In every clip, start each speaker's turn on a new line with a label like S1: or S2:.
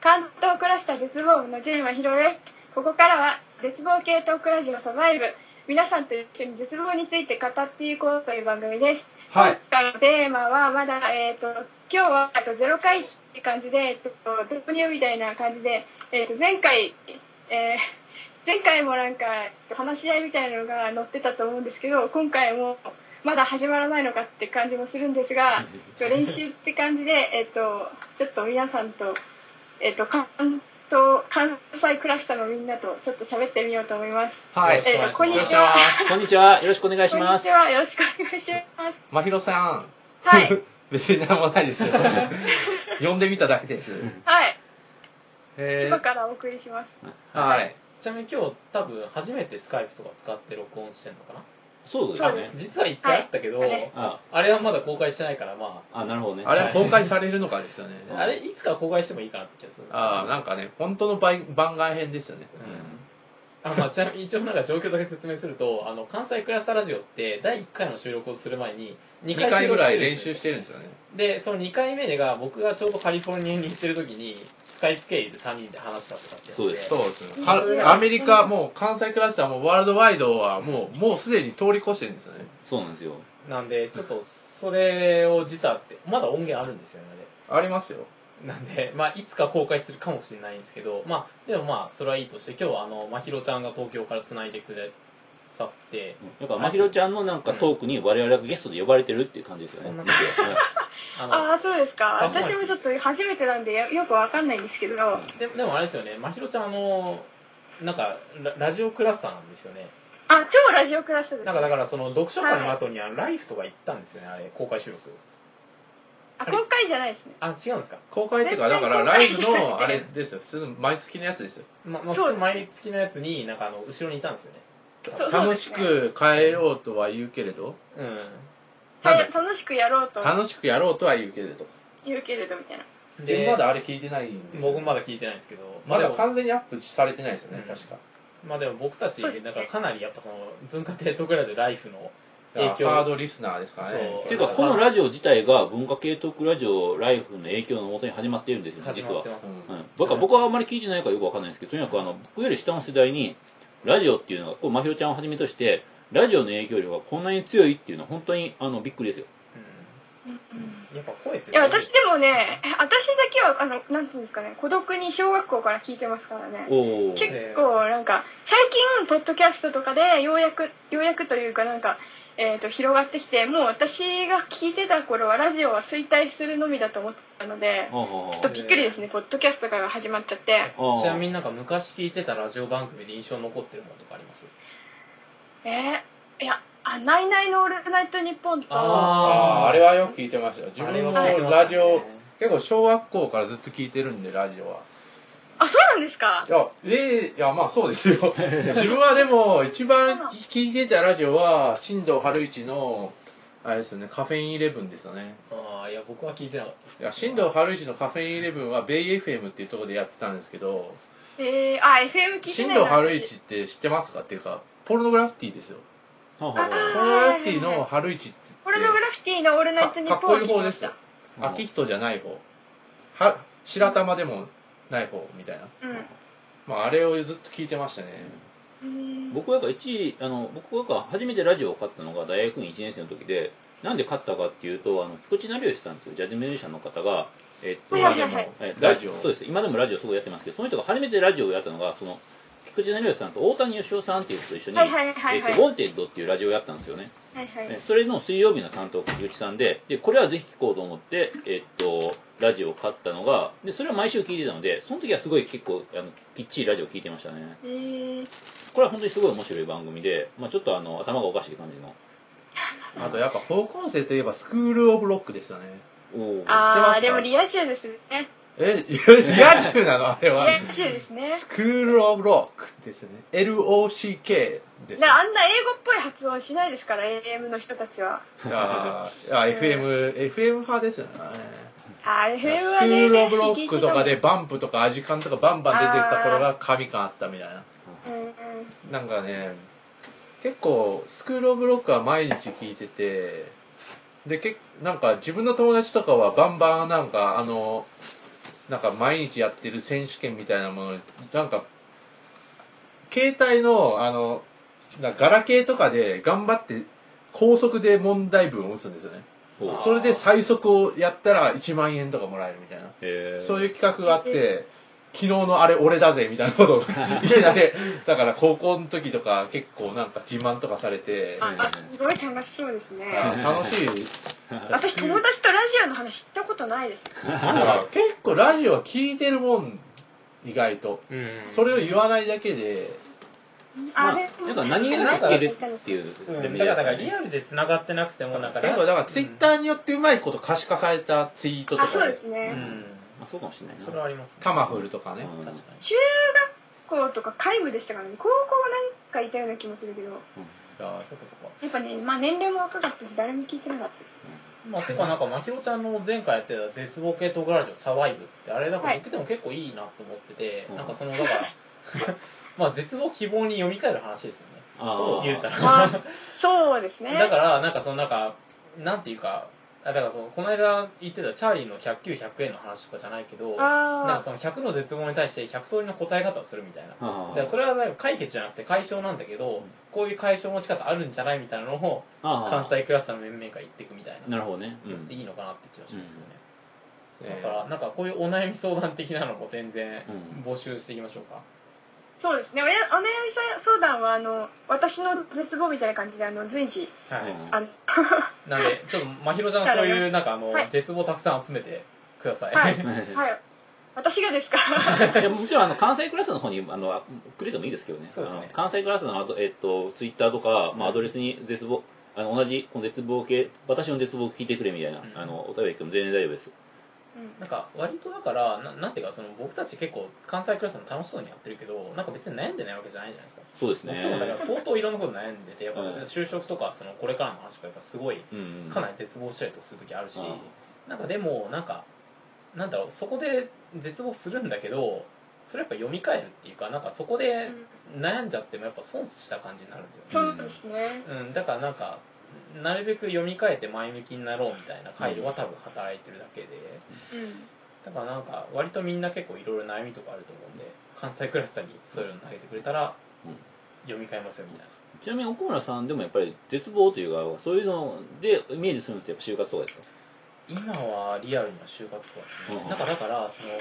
S1: 関東クラスター絶望部のジェイマヒロエここからは絶望系トークラジオサバイブ皆さんと一緒に絶望について語っていこうという番組です、
S2: はい
S1: 今回のテーマはまだえっ、と今日はえっとゼロ回って感じでえっと突入みたいな感じでえっ、と前回えー前回もなんか話し合いみたいなのが載ってたと思うんですけど今回もまだ始まらないのかって感じもするんですが練習って感じで、えっとちょっと皆さんと,、えっと関東関西クラスターのみんなとちょっと喋ってみようと思います。
S2: はい
S1: えっとこんにち
S3: よろしくお願い
S1: は
S3: しま。すこんにちは。よろしくお願いし
S1: こん
S3: ま
S1: に
S3: す。
S1: ちはよろしくお願いしま
S2: まひろさ
S1: す。はい
S2: ん 別に何もない ですよ呼んでみただけです
S1: はい千
S2: え
S1: 葉からお送りします。
S2: ー、はい
S4: ちなみに今日多分初めてスカイプとか使って録音してんのかな
S3: そうです
S1: そう
S3: ね
S1: で。
S4: 実は一回あったけど、
S1: はいあれ
S3: あ、
S4: あれはまだ公開してないからま
S3: あ、なるほどね。
S2: あれは公開されるのかですよね
S4: ああれいつか公開してもいいかなって気がするんですけど
S2: ああなんかね本当の番番外編ですよね
S4: あまあ、ちなみに一応なんか状況だけ説明するとあの関西クラスタラジオって第1回の収録をする前に2
S2: 2回ぐらい練習してるんですよね
S4: でその2回目が僕がちょうどカリフォルニアに行ってる時にスカイプ経由で3人で話したとかってやつ
S3: そうです
S2: そうです
S1: う
S2: ね
S1: ん
S2: はアメリカもう関西クラスターもうワールドワイドはもうもうすでに通り越してるんですよね
S3: そうなんですよ。
S4: なんでちょっとそれを実はってまだ音源あるんですよねあれ
S2: ありますよ
S4: なんで、まあ、いつか公開するかもしれないんですけど、まあ、でもまあ、それはいいとして、今日はあの、まひろちゃんが東京から繋いでくれさって、
S3: だから、まひろちゃんのなんかトークに我々がゲストで呼ばれてるっていう感じですよね。
S4: そんな
S3: むしろはい
S4: あの、
S1: ああそうですか。
S4: あそうなん
S1: 私
S4: です
S1: もちょっと初めてなんでよくわかんないんですけど。あ
S4: ででもあれですよね、まひろちゃん、あの、なんかラ、ラジオクラスターなんですよね。
S1: 超ラジオクラスです。
S4: なんか、だから、その、読書会の後に、あの、ライフとか行ったんですよね、あれ、公開収録。
S1: あ公開じゃないですね。
S4: あ、違うんですか。
S2: 公開っていうかだからライブのあれですよ普通の毎月のやつですよ
S4: ま、まあ、
S1: そう
S4: その毎月のやつに、なんか、あの、後ろにいたんですよね。
S1: そうそうで
S2: 楽
S1: す
S2: し
S1: ね
S2: く変えようとは言うけれど
S1: た
S2: なん
S1: 楽しくやろうと
S2: 楽しくやろうとは言うけれど
S1: 言うけれどみたいな。
S4: うん。
S2: 自分
S4: で、
S2: まだあれ聞いてないんですよ
S4: 僕まだ聞いてないんですけど、
S2: ま
S4: で
S2: だ
S4: も
S2: 完全にアップされてないですよね、
S4: うん
S2: 確か
S4: まあでも僕たち
S1: そうです
S4: な
S1: ね
S4: んかかなりやっぱその文化系トークラジオライフの影
S2: だか
S4: 響
S2: らハードリスナーですからね
S4: そう
S3: っていうか、このラジオ自体が文化系トークラジオライフの影響のもとに始まっているんですよね、
S4: 始
S3: 実
S4: ま
S3: は
S4: って。ます、
S2: うん
S3: うん、僕は僕はあんまり聞いてないからよくわかんないんですけどとにかくあの僕より下の世代にラジオっていうのがこうまひろちゃんをはじめとしてラジオの影響力がこんなに強いっていうのは本当にあのびっくりですよ
S4: うんやっぱ声って
S1: いや私でもね私だけはあのなんていうんですかね孤独に小学校から聞いてますからね。
S3: おお
S1: 結構なんか最近ポッドキャストとかでようやくようやくというかなんか、えー、と広がってきてもう私が聞いてた頃はラジオは衰退するのみだと思ってたので
S3: ああ
S1: ちょっとびっくりですねポッドキャストが始まっちゃって
S3: ああ
S4: ちなみになんか昔聞いてたラジオ番組で印象に残ってるものとかあります
S1: えー、いやあ「ナイナイのオールナイトニッポン」とあ
S2: あーあれ
S4: は
S2: はよく聞いてましたよ自分の
S4: あれは聞いてましたね
S2: ラジオ、結構小学校からずっと聞いてるんでラジオは
S1: そうなんですか
S2: いやえーいやまあそう ですよ自分はでも一番聞いてたラジオは新藤春一のあれですよねカフェインイレブンですよね
S4: ああいや僕は聞いてなかったです
S2: いや新藤春一のカフェインイレブンはベイ FM っていうところでやってたんですけど
S1: えー、あ FM 聞いて
S2: 新
S1: ない
S2: 藤
S1: な
S2: 春一って知ってますかっていうかポルノグラフィティですよ
S3: はあはあ
S2: ポ
S3: は
S2: ルノグラフィティの春一って
S1: ポルノグラフィティの「オールナイトニ
S2: か
S1: ッ
S2: っ
S1: ポ
S2: こ
S1: ン」
S2: い
S1: 聞き
S2: い方
S1: ま
S2: で
S1: し
S2: すよ
S1: た
S3: あ
S2: 秋人じゃない方は白玉でもない方みたいな、
S1: うん
S2: まあ、あれをずっと聞いてましたね
S1: うん
S3: 僕はやっぱ一位あの僕が初めてラジオを買ったのが大学院1年生の時でなんで買ったかっていうとあの菊池成吉さんっていうジャズミュージシャンの方がえっと
S1: はいはいはいはい
S3: はい
S2: ラジオ
S3: そうです今でもラジオすごいやってますけどその人が初めてラジオをやったのがその菊池成吉さんと大谷義雄さんっていう人と一緒に「
S1: はいはいはいはい
S3: えっとウォンテッド」っていうラジオをやったんですよね
S1: はいは
S3: え
S1: い
S3: それの水曜日の担当が菊池さんででこれはぜひ聞こうと思って、えっと、ラジオを買ったのがでそれは毎週聞いてたのでその時はすごい結構あのきっちりラジオ聞いてましたね
S1: えー、
S3: これは本当にすごい面白い番組で、まあ、ちょっとあの頭がおかしい感じの
S2: あとやっぱ高校生といえばスクール・オブ・ロックですよね
S3: おー
S2: 知ってま
S1: あ
S2: す
S1: あ
S2: か
S1: でもリア充ですね
S2: えいやリア充なのあれは
S1: リア充ですね
S2: スクール・オブ・ロックですね LOCK です
S1: ねあんな英語っぽい発音しないですから AM の人たちはい
S2: やいや FM、FM 派ですよね
S1: あー FM
S2: ス
S1: は
S2: ク
S1: ね
S2: ール・オブ・ロックとかでバンプとかアジカンとかバンバン出てきた頃が神感あったみたいな
S1: うんうん
S2: なんかね結構スクール・オブ・ロックは毎日聞いててでけなんか自分の友達とかはバンバンなんかあのなんか毎日やってる選手権みたいなものになんか携帯のあのなんかガラケーとかで頑張って高速で問題文を打つんですよね
S3: ほう
S2: それで最速をやったら1万円とかもらえるみたいな
S3: へー
S2: そういう企画があって、昨日のあれ俺だぜみたいな ことをいきなり、だから高校の時とか結構なんか自慢とかされて、
S1: ああすごい楽しそうですね
S2: あ楽しい。
S1: 私友達とラジオの話知ったことないです
S2: なんか結構ラジオは聞いてるもん、意外と。
S4: うん
S2: それを言わないだけで、
S1: あ
S3: まあ
S1: れ
S3: なんか何気なく聞けるっていう
S4: うん、だからだからリアルで繋がってなくてもなんか
S2: 結構だからツイッターによってうまいこと可視化されたツイートと
S1: あそう
S2: か
S1: で
S2: です
S1: ね、
S4: うん
S3: まあそうかもしれないな
S4: それはあります、ね、
S2: タマフルとかね。
S3: うん
S4: 確か
S1: 中学校とか皆無でしたからね高校はなんかいたような気もするけど
S2: だから
S4: にそっかそっか
S1: やっぱね、まあ、年齢も若かったし誰も聞いてなかったで す
S4: まあ、てかなんかまひろちゃんの前回やってた絶望系トークラジオサバイブってあれだから僕でも結構いいなと思ってて、
S3: うん
S4: なんかそのだから まあ絶望希望に読み替える話ですよね
S3: あー
S4: を言うたら
S1: あそうですね
S4: だからなんかそのなんかなんていうかあだからそのこの間言ってたチャーリーの100球100円の話とかじゃないけどなんか
S1: あ
S4: その100の絶望に対して100通りの答え方をするみたいな
S3: あ
S4: だ
S3: ー
S4: からそれはなんか解決じゃなくて解消なんだけどこういう解消の仕方あるんじゃないみたいなのを
S3: あー
S4: 関西クラスターの面々が言っていくみたい
S3: な
S4: な
S3: るほどね、うん
S4: でいいのかなって気がしますよね、
S2: うん
S4: だからなんかこういうお悩み相談的なのも全然
S3: うん
S4: 募集していきましょうか、
S1: そうですねおやお悩み相談はあの私の絶望みたいな感じであの随時
S4: はい、
S1: あの
S4: なんでちょっとまひろちゃんそういうなんかあの、
S1: はい
S4: 絶望たくさん集めてください、
S1: は
S4: う
S1: い
S4: ん
S1: はい私が ですか
S3: いやもちろんあの関西クラスの方にあのくれてもいいですけどね
S4: そうですね
S3: あの関西クラスのアド、えっとツイッターとか、まあ、アドレスに絶望あの同じこの絶望系私の絶望を聞いてくれみたいな、
S4: うん
S3: あのお便り来ても全然大丈夫です
S1: うん
S4: なんか割とだからななんていうかその僕たち結構関西クラスの楽しそうにやってるけどなんか別に悩んでないわけじゃないじゃないですか
S3: そうですね
S4: 僕とかだから相当いろんなこと悩んでてやっぱ
S3: うん
S4: 就職とかそのこれからの話とかやっぱすごい
S3: うん
S4: かなり絶望したりとかする時あるし、
S3: あ
S4: なんかでもなんかなんだろうそこで絶望するんだけどそれやっぱ読み替えるっていうかなんかそこで悩んじゃってもやっぱ損した感じになるんですよね、
S1: そうですね
S4: うん、だからなんかなるべく読み替えて前向きになろうみたいな回路は多分働いてるだけでだからなんか割とみんな結構いろいろ悩みとかあると思うんで関西クラスさんにそういうの投げてくれたら
S3: うん
S4: 読み替えますよみたいな
S3: ちなみに奥村さんでもやっぱり絶望というかそういうのでイメージするのってやっぱ就活とかですか
S4: 今はリアルな就活とかですね、
S3: うん
S4: なんかだからその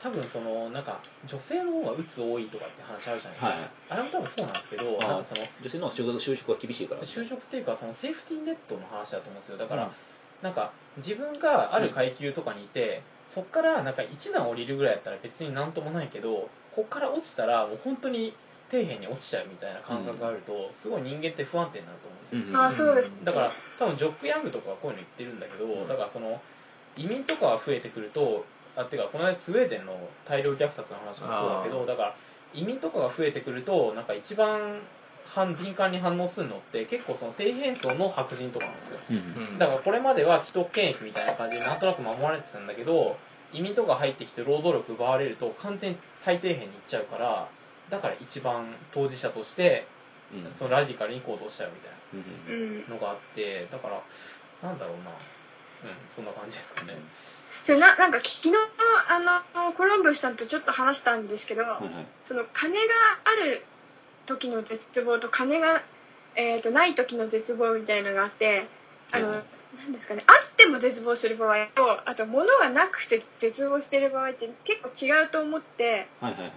S4: 多分そのなんか女性の方がうつ多いとかって話あるじゃないですか、
S3: はい
S4: あれも多分そうなんですけど
S3: ああ
S4: なんかその
S3: 女性の就就職は厳しいから
S4: 就職っていうかそのセーフティーネットの話だと思うんですよだから、
S3: うん
S4: なんか自分がある階級とかにいて、そっからなんか1段降りるぐらいだったら別になんともないけどこっから落ちたらもう本当に底辺に落ちちゃうみたいな感覚があると、すごい人間って不安定になると思うんですよ、
S1: あそうです
S4: だから多分ジョック・ヤングとかはこういうの言ってるんだけど、
S3: うん
S4: だからその移民とかが増えてくるとあてかこの間スウェーデンの大量虐殺の話もそうだけ
S2: あ
S4: どだから移民とかが増えてくるとなんか一番反敏感に反応するのって結構その底辺層の白人とかなんですよ
S3: うん
S2: うん
S4: だからこれまでは既得権益みたいな感じでなんとなく守られてたんだけど移民とか入ってきて労働力奪われると完全に最底辺に行っちゃうからだから一番当事者として
S3: うんうん
S4: そのラディカルに行動しちゃうみたいな。
S3: うん
S1: うん、うん、
S4: のがあってだからなんだろうなうんそんな感じですかね
S1: それななんか昨日あのコロンブスさんとちょっと話したんですけど、
S3: はいはい
S1: その金がある時の絶望と金が、えー、とない時の絶望みたいなのがあってあの、
S3: うん
S1: なんですかねあっても絶望する場合とあと物がなくて絶望してる場合って結構違うと思って
S3: はいはいはい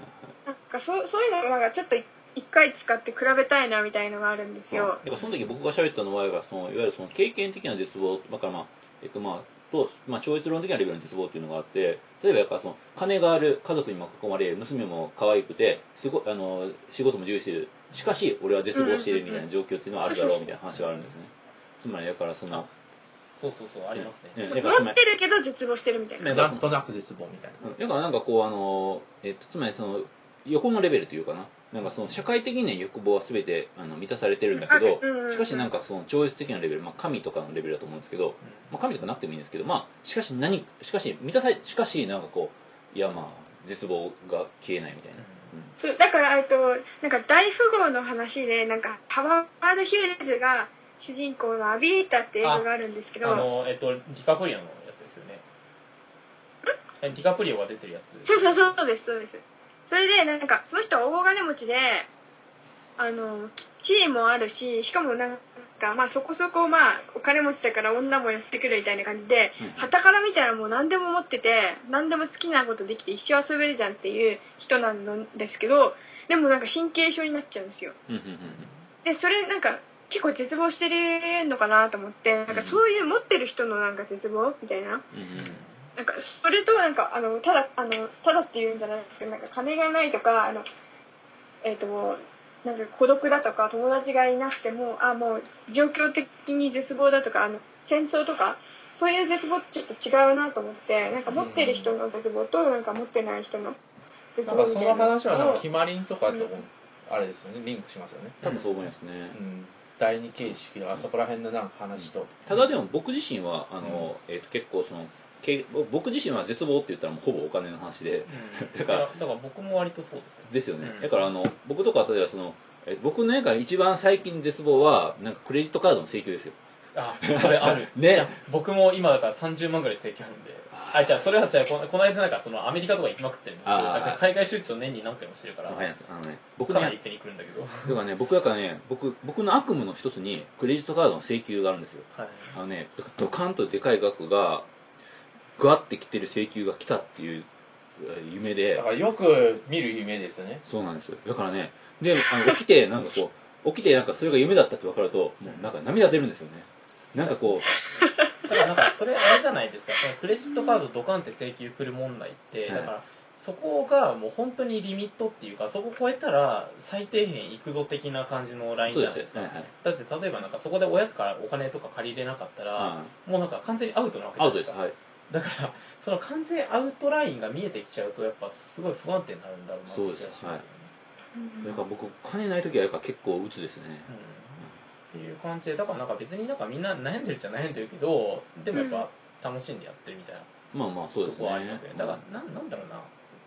S1: なんかそうそういうのがなんかちょっと一回使って比べたいなみたいのがあるんですよ
S3: だ。からその時僕が喋ったのはそのいわゆるその経験的な絶望だからまあえっとまあと、まあ、超越論的なレベルの絶望っていうのがあって例えばやっぱその金がある家族にも囲まれる娘も可愛くてすごあの仕事も重視してるしかし俺は絶望しているみたいな状況っていうのはあるだろうみたいな話があるんですねつまりだからその
S4: そうそうそうありますね
S3: うん
S1: そう持ってるけど絶望してるみたい
S3: つ
S1: な
S3: まりだから
S2: な
S3: そ
S2: ん
S3: の
S2: となく絶望みたいな。
S3: だからなんかこうあの、えっと、つまりその横のレベルというかななんかその社会的な欲望は全てあの満たされてるんだけど
S1: あうんうんうん
S3: しかしなんかその超越的なレベル、まあ、神とかのレベルだと思うんですけど、まあ、神とかなくてもいいんですけど、まあ、しかし何しかし満たされしかしなんかこういやまあ絶望が消えないみたいな、
S1: そうだからえっとなんか大富豪の話でなんかハワード・ヒューズが主人公のアビータって映画があるんですけ
S4: あ
S1: ど
S4: のえっとディカプリオのやつですよねえディカプリオが出てるやつ
S1: そうそうそうそうですそうですそれでなんかその人は大金持ちであの地位もあるししかもなんかまあそこそこまあお金持ちだから女もやってくるみたいな感じで
S3: うん
S1: 傍から見たらもう何でも持ってて何でも好きなことできて一生遊べるじゃんっていう人なんですけどでもなんか神経症になっちゃうんですよ
S3: うんうんうん
S1: でそれなんか結構絶望してるのかなと思ってなんかそういう持ってる人のなんか絶望みたいな
S3: うんうん
S1: なんかそれとなんかあのただあのただっていうんじゃないんですけどなんか金がないとかあのえっ、となんか孤独だとか友達がいなくてもあもう状況的に絶望だとかあの戦争とかそういう絶望ってちょっと違うなと思ってなんか持ってる人の絶望となんか持ってない人の絶
S2: なん
S1: 望み
S2: かそ
S1: た
S2: の
S1: いな
S2: 話はなんか
S1: を
S2: 決まりんとかとあれですよねリンクしますよね
S3: 多分そう思いますね
S2: うん第二形式のあそこら辺のなんか話と
S3: ただでも僕自身はあの、えー、と結構そのけ僕自身は絶望って言ったらもうほぼお金の話で
S4: うん
S3: だから
S4: いやだから僕も割とそうですよ
S3: ですよね、
S4: うん
S3: だからあの僕とか例えばその、えー僕の中で一番最近の絶望はなんかクレジットカードの請求ですよ
S4: あそれある
S3: ね
S4: いや僕も今だから30万ぐらい請求あるんであじゃあそれはじゃあこのこの間なんかそのアメリカとか行きまくってるんでだ
S3: あー
S4: から海外出張年に何回もしてるから
S3: わかりますあのね僕
S4: かなり
S3: ね
S4: 一気に来るんだけど
S3: だからね僕だからね僕僕の悪夢の一つにクレジットカードの請求があるんですよ
S4: はい
S3: あのねドカンとでかい額がグワッてきてる請求が来たっていうえー夢で
S2: だからよく見る夢ですよね
S3: そうなんですよだからねであの起きてなんかこう起きてなんかそれが夢だったって分かるともうなんか涙出るんですよねなんかこう
S4: だからなんかそれあれじゃないですかそのクレジットカードドカンって請求来る問題って、
S3: はい
S4: だからそこがもう本当にリミットっていうかそこ超えたら最底辺行くぞ的な感じのライン
S3: そうで
S4: じゃないですす
S3: ね
S4: か
S3: はいはい
S4: だって例えばなんかそこで親からお金とか借りれなかったら、
S3: あ
S4: もうなんか完全にアウトなわけじ
S3: ア
S4: ゃ
S3: ウ
S4: な
S3: トで
S4: いで
S3: すす
S4: か
S3: はい
S4: だからその完全アウトラインが見えてきちゃうとやっぱすごい不安定になるんだろうなって気がしますよね
S3: だから僕金ない時はやっぱ結構鬱ですね
S4: うんっていう感じでだからなんか別になんかみんな悩んでるっちゃ悩んでるけどでもやっぱ楽しんでやってるみたいな
S3: まあまあそう
S4: と
S3: です
S4: こ
S3: ね
S4: はありますよねだからななんだろうな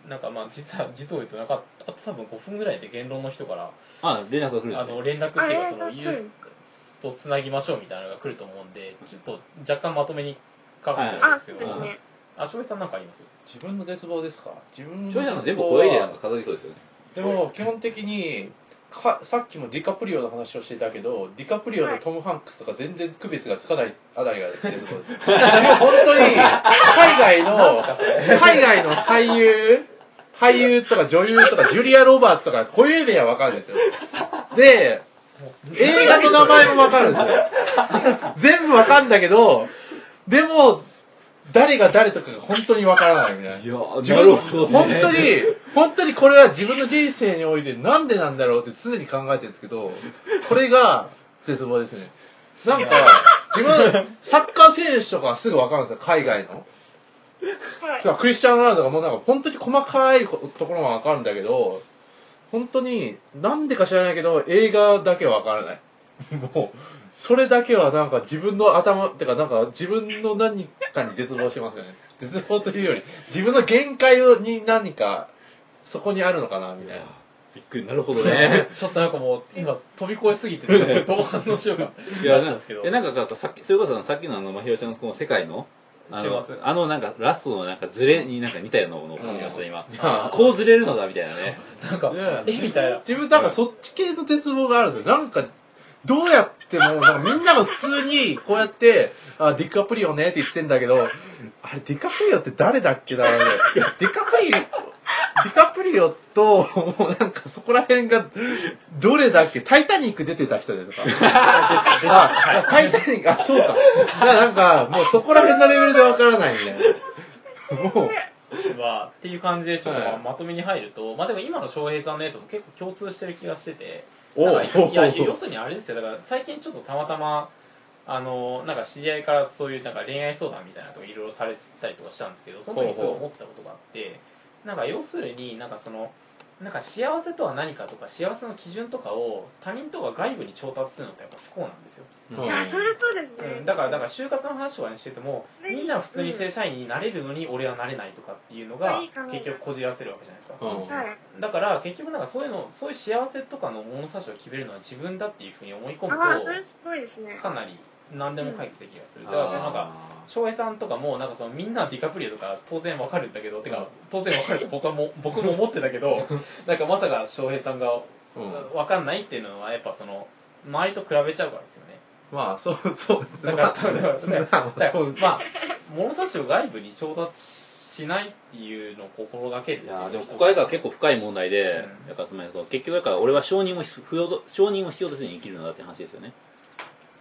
S4: なんかまあ実は実を言うとなんかあと多分5分ぐらいで言論の人から
S3: あ連絡が来るんです
S4: あ
S3: ね
S4: の連絡っていうかそ
S1: あ
S4: の
S1: 連絡
S4: ユースとつなぎましょうみたいなのが来ると思うんでちょっと若干まとめにかかってるん
S1: あ
S4: で
S1: そ
S4: すけ
S1: う
S4: ど、
S1: ですね
S4: あ翔平さんなんかあります
S2: 自分の絶望ですか自分の
S3: 翔平さんが
S2: 絶
S3: 全部
S2: 望は
S3: 声でなんか飾りそうですよね
S2: でも基本的にかさっきもディカプリオの話をしていたけどディカプリオとトム・ハンクスとか全然区別がつかないあたりが絶望です本当に海外の 海外の俳優俳優とか女優とかジュリア・ロバーツとかこういう名は分かるんですよで映画の名前も分かるんですよ全部分かるんだけどでも誰が誰とかが本当に分からないみたいない
S3: やー
S2: 自
S3: な
S2: 分
S3: るほどね
S2: 本当に本当にこれは自分の人生においてなんでなんだろうって常に考えてるんですけどこれが絶望ですねなんか自分サッカー選手とかはすぐ分かるんですよ海外の
S1: はい
S2: クリスチャン・ロナウドがもうなんか本当に細かいこところは分かるんだけど本当になんでか知らないけど映画だけは分からない もうそれだけはなんか自分の頭ってかなんか自分の何かに絶望しますよね絶望というより自分の限界をに何かそこにあるのかなみたいな
S3: びっくりなるほど ね
S4: ちょっとなんかもう今飛び越えすぎてちょっとどう反応しようか
S3: いや
S4: な
S3: なんん
S4: ですけど
S3: えなんかなんかさっきそれこそさっきのあのまひろちゃんのこの世界のあの
S4: 週末
S3: あのなんかラストのなんかズレになんか似たようなものを感じました今
S2: や
S3: こうずれるのだみたいなね
S4: なんか
S2: ね
S4: えみたいな
S2: 自分なんかそっち系の鉄棒があるんですよなんかどうやってもなんかみんなが普通にこうやって「あディカプリオね」って言ってんだけどあれディカプリオって誰だっけなディカプリオディカプリオともうなんかそこら辺がどれだっけ「タイタニック」出てた人でとかあタイタニックあそうかだからなんかもうそこら辺のレベルでわからないみたいなもう
S4: はっていう感じでちょっとま
S2: は
S4: あ
S2: い
S4: まとめに入ると、まあでも今の翔平さんのやつも結構共通してる気がしてて
S2: お
S4: なんかいや
S2: お
S4: 要するにあれですよだから最近ちょっとたまたまあのなんか知り合いからそういうなんか恋愛相談みたいなのをいろいろされたりとかしたんですけどその時にすごい思ったことがあってなんか要するになんかそのなんか幸せとは何かとか幸せの基準とかを他人とか外部に調達するのってやっぱ不幸なんですよ、
S2: うん
S1: いやそれそうです
S4: う
S1: ね
S4: ん、だからだから就活の話とかにしててもみんな普通に正社員になれるのに俺はなれないとかっていうのが
S1: うんいい考えだ
S4: 結局こじらせるわけじゃないですか、
S2: うん
S1: はい
S4: だから結局なんかそういうのそういう幸せとかの物差しを決めるのは自分だっていうふうに思い込む
S1: ああそれ
S4: と
S1: すごいですね
S4: かなり何でも解決できる気がする、
S3: あ
S4: だからそのなんか翔平さんとかもなんかそのみんなディカプリオとか当然わかるんだけどてか当然わかると僕は もう僕も思ってたけどなんかまさか翔平さんが
S2: うん
S4: わかんないっていうのはやっぱその周りと比べちゃうからですよね
S5: まあそうそうです
S4: だ
S5: ね
S4: から
S5: まあ
S4: 多分だから
S5: まあ
S4: だか
S5: そ
S4: ら
S5: う
S4: まあ物差しを外部に調達しないっていうのを心がけるっ
S3: い
S4: てい
S3: やー
S4: う
S3: でもここはだから結
S4: 構
S3: 構深い問題で、
S4: うん
S3: やっぱその結局だから俺は承認を必要と承認を必要とせずに生きるのだって話ですよね、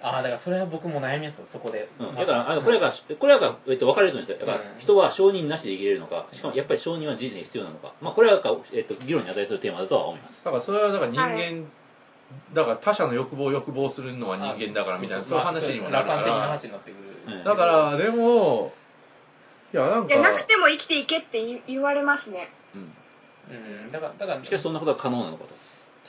S4: ああだからそれは僕も悩みですよそこで、
S3: うん、
S4: まあ
S3: だからあのこれが、これが、えっと、分かれると思うんですよだから
S4: うん
S3: 人は承認なしで生きれるのかしかもやっぱり承認は人生に必要なのか、まあ、これはなんか、えっと、議論に値するテーマだとは思います
S2: だからそれはだから人間、
S1: はい
S2: だから他者の欲望を欲望するのは人間だからみたいなそういう
S4: まあ
S2: 話にもなるか
S4: 楽観的な
S2: ら
S4: 話になってくる、
S3: うん
S2: だからでもいやなん
S1: いやな
S2: か
S1: くても生きていけって言言われますね
S3: うん
S4: うん、だからだから
S3: しかしそんなことは可能なのかと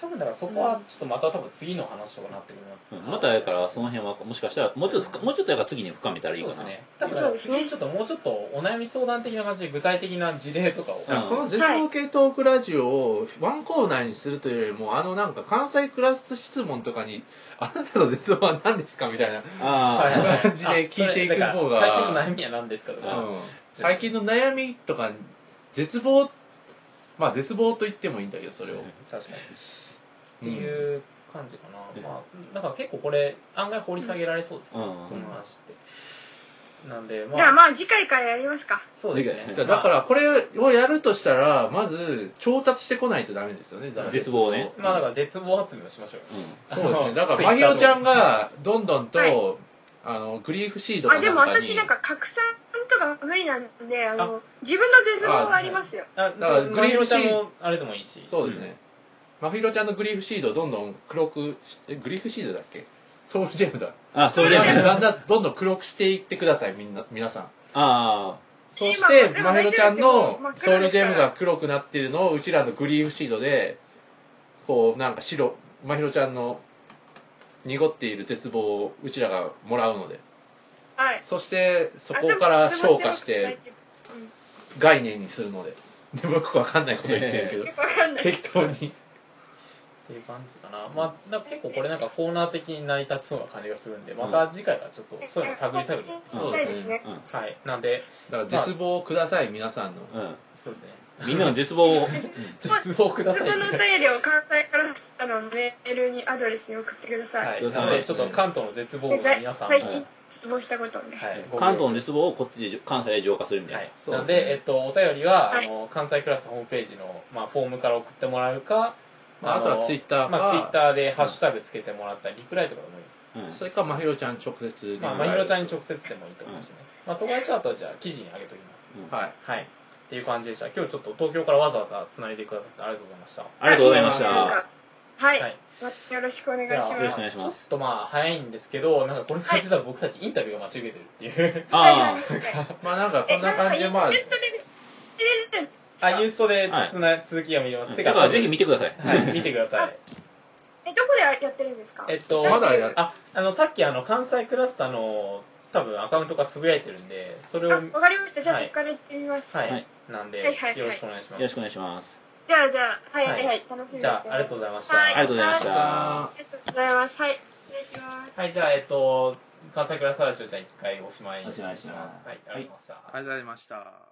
S4: 多分だからそこはちょっとまた多分次の話とかなってく
S3: う
S4: る
S3: ん
S4: な、
S3: まただからその辺はもしかしたらもうちょっと深もうちょっとだから次に深めたらいい
S4: そう
S3: か
S4: で
S3: な
S4: すね
S1: そ
S4: 多
S1: う
S4: 分
S1: ですね
S4: 次ちょっともうちょっとお悩み相談的な感じで具体的な事例とかを、
S3: うん
S2: この絶望系トークラジオをワンコーナーにするというよりもあのなんか関西クラス質問とかに「あなたの絶望は何ですか?」みたいな
S3: ああ
S2: 感じで聞いていく方が
S4: あそれだから最近の悩みは何ですかとか、
S2: うん最近の悩みとか絶望まあ絶望と言ってもいいんだけどそれを、
S4: 確かに
S2: う
S4: って
S2: ん
S4: いう感じかな、
S3: うん
S4: まあだから結構これ案外掘り下げられそうですね、
S3: うん
S4: この話ってなん
S1: じ
S4: で
S1: ゃ
S4: ま
S1: あ
S4: あ
S1: まあ次回からやりますか
S4: そうですね
S2: じゃあだからこれをやるとしたらまず調達してこないとダメですよねだから
S3: 絶望をね
S4: まあ、まあだから絶望発明をしましょうよ
S3: う
S2: そうです
S4: あの
S2: ねだから
S4: ツイッ
S2: ま
S4: ター
S2: ひ
S4: と
S2: ろちゃんがどんどんと、
S1: はい
S2: あのグリーフシードか
S1: あ
S2: なん
S1: でも
S2: かに
S1: 私なんか拡散とか無理なんであの自分の絶望はありますよ
S2: だ
S4: あ
S2: から
S4: そう
S2: グリーンシー
S4: まあひろちゃんもあれでもいいし
S2: そうですね、まひろちゃんのグリーフシードをどんどん黒くしえグリーフシードだっけソウルジェムだ
S3: んあそれで
S2: だん
S3: あ
S2: だんだんどんどん黒くしていってくださいみんな皆さん
S3: あ
S2: そし
S1: 今
S2: て
S1: でも
S2: まひろちゃんの
S1: 大丈夫ですよ
S2: ソウルジェムが黒くなってるのをうちらのグリーフシードでこうなんか白まひろちゃんの濁っている絶望をうちらがもらうので
S1: はい
S2: そしてそこから消化し
S1: あでも
S2: て概念にするのででもよくわかんないこと言ってるけ
S1: で
S2: ど
S1: もよくわかんない
S2: 適当に
S4: っていう感じかなまあなんか結構これなんかコーナー的に成り立ちそうな感じがするんでまた次回はちょっとそういうの探り探り、
S1: そうですね
S3: うん
S4: はいなんで
S2: だから絶望をください皆さんの
S3: うん
S4: そうですね
S3: みんなの絶望を
S4: 絶望くだ
S1: 自
S4: さ
S1: 分
S4: い
S1: のお便りを関西からあのメールにアドレスに送ってください、
S4: はい
S3: ください
S4: なのでちょっと関東の絶望の
S1: でざ
S4: 皆さんも、
S1: 最近失望したことをね、
S4: はい
S3: 関東の絶望をこっちで関西で浄化するみた
S4: はいい、
S2: そうですね
S4: なので、えっと、お便りは、
S1: はい
S4: あの関西クラスホームページの、まあ、フォームから送ってもらうか、
S2: まああとは
S4: の
S2: ツイッターか
S4: まあ、ツイッターでハッシュタグつけてもらったり、リプライとかでもいいです、
S3: な、うん
S2: それかまひろちゃん直接
S4: まあ、まひろちゃんに直接でもいいと思うしね、まあ、そこはちょっとじゃあ記事に上げときます、
S2: はい
S4: はいっていう感じでした今日ちょっと東京からわざわざつないでくださってありがとうございました
S3: ありがとうございまし
S1: あ
S3: た
S1: なん
S3: よ
S1: かはい、
S4: はい
S1: またよろしくお願いします
S3: ろしくお願いし
S4: ちょ
S3: ま
S4: っ
S3: す
S4: とまあ早いんですけどなんかこれが実は僕たちインタビューが待ち受けてるっていう
S1: はい
S3: あ
S1: はいはい
S2: まあなんかこ
S1: え
S2: んな感じでま
S1: な
S2: あ
S1: んかユーストで見れるん
S4: あユーストで
S3: はい
S4: つな、続きが見れま
S3: あ
S4: す
S3: だからぜひ見て
S4: て、
S3: ください
S4: はい、見てください
S1: えどこでやってるんですか
S4: えっと
S2: まだや
S4: ああのさっきあの関西クラスターの多分アカウントがつぶやいてるんでそれを
S1: あわかりましたじゃあ
S4: はい
S1: そこから行ってみます、
S4: はい、
S3: はい
S4: なんで、
S1: はいはいはい
S4: よろしくお願いしま
S3: よろ
S4: す
S3: しくお願いします
S1: じゃあじゃあはい
S4: は
S1: はいいはい、楽しみに
S4: じゃあありがとうございました、
S1: はい
S3: ありがとうございまし
S2: あ
S3: た
S2: ー
S1: ありがとうございますはい失礼します
S4: はいじゃあえっと関西クラスターラジオじゃあ一回おしまいに
S3: おしまいにします
S4: はいありがとうございました、
S2: ありがとうございました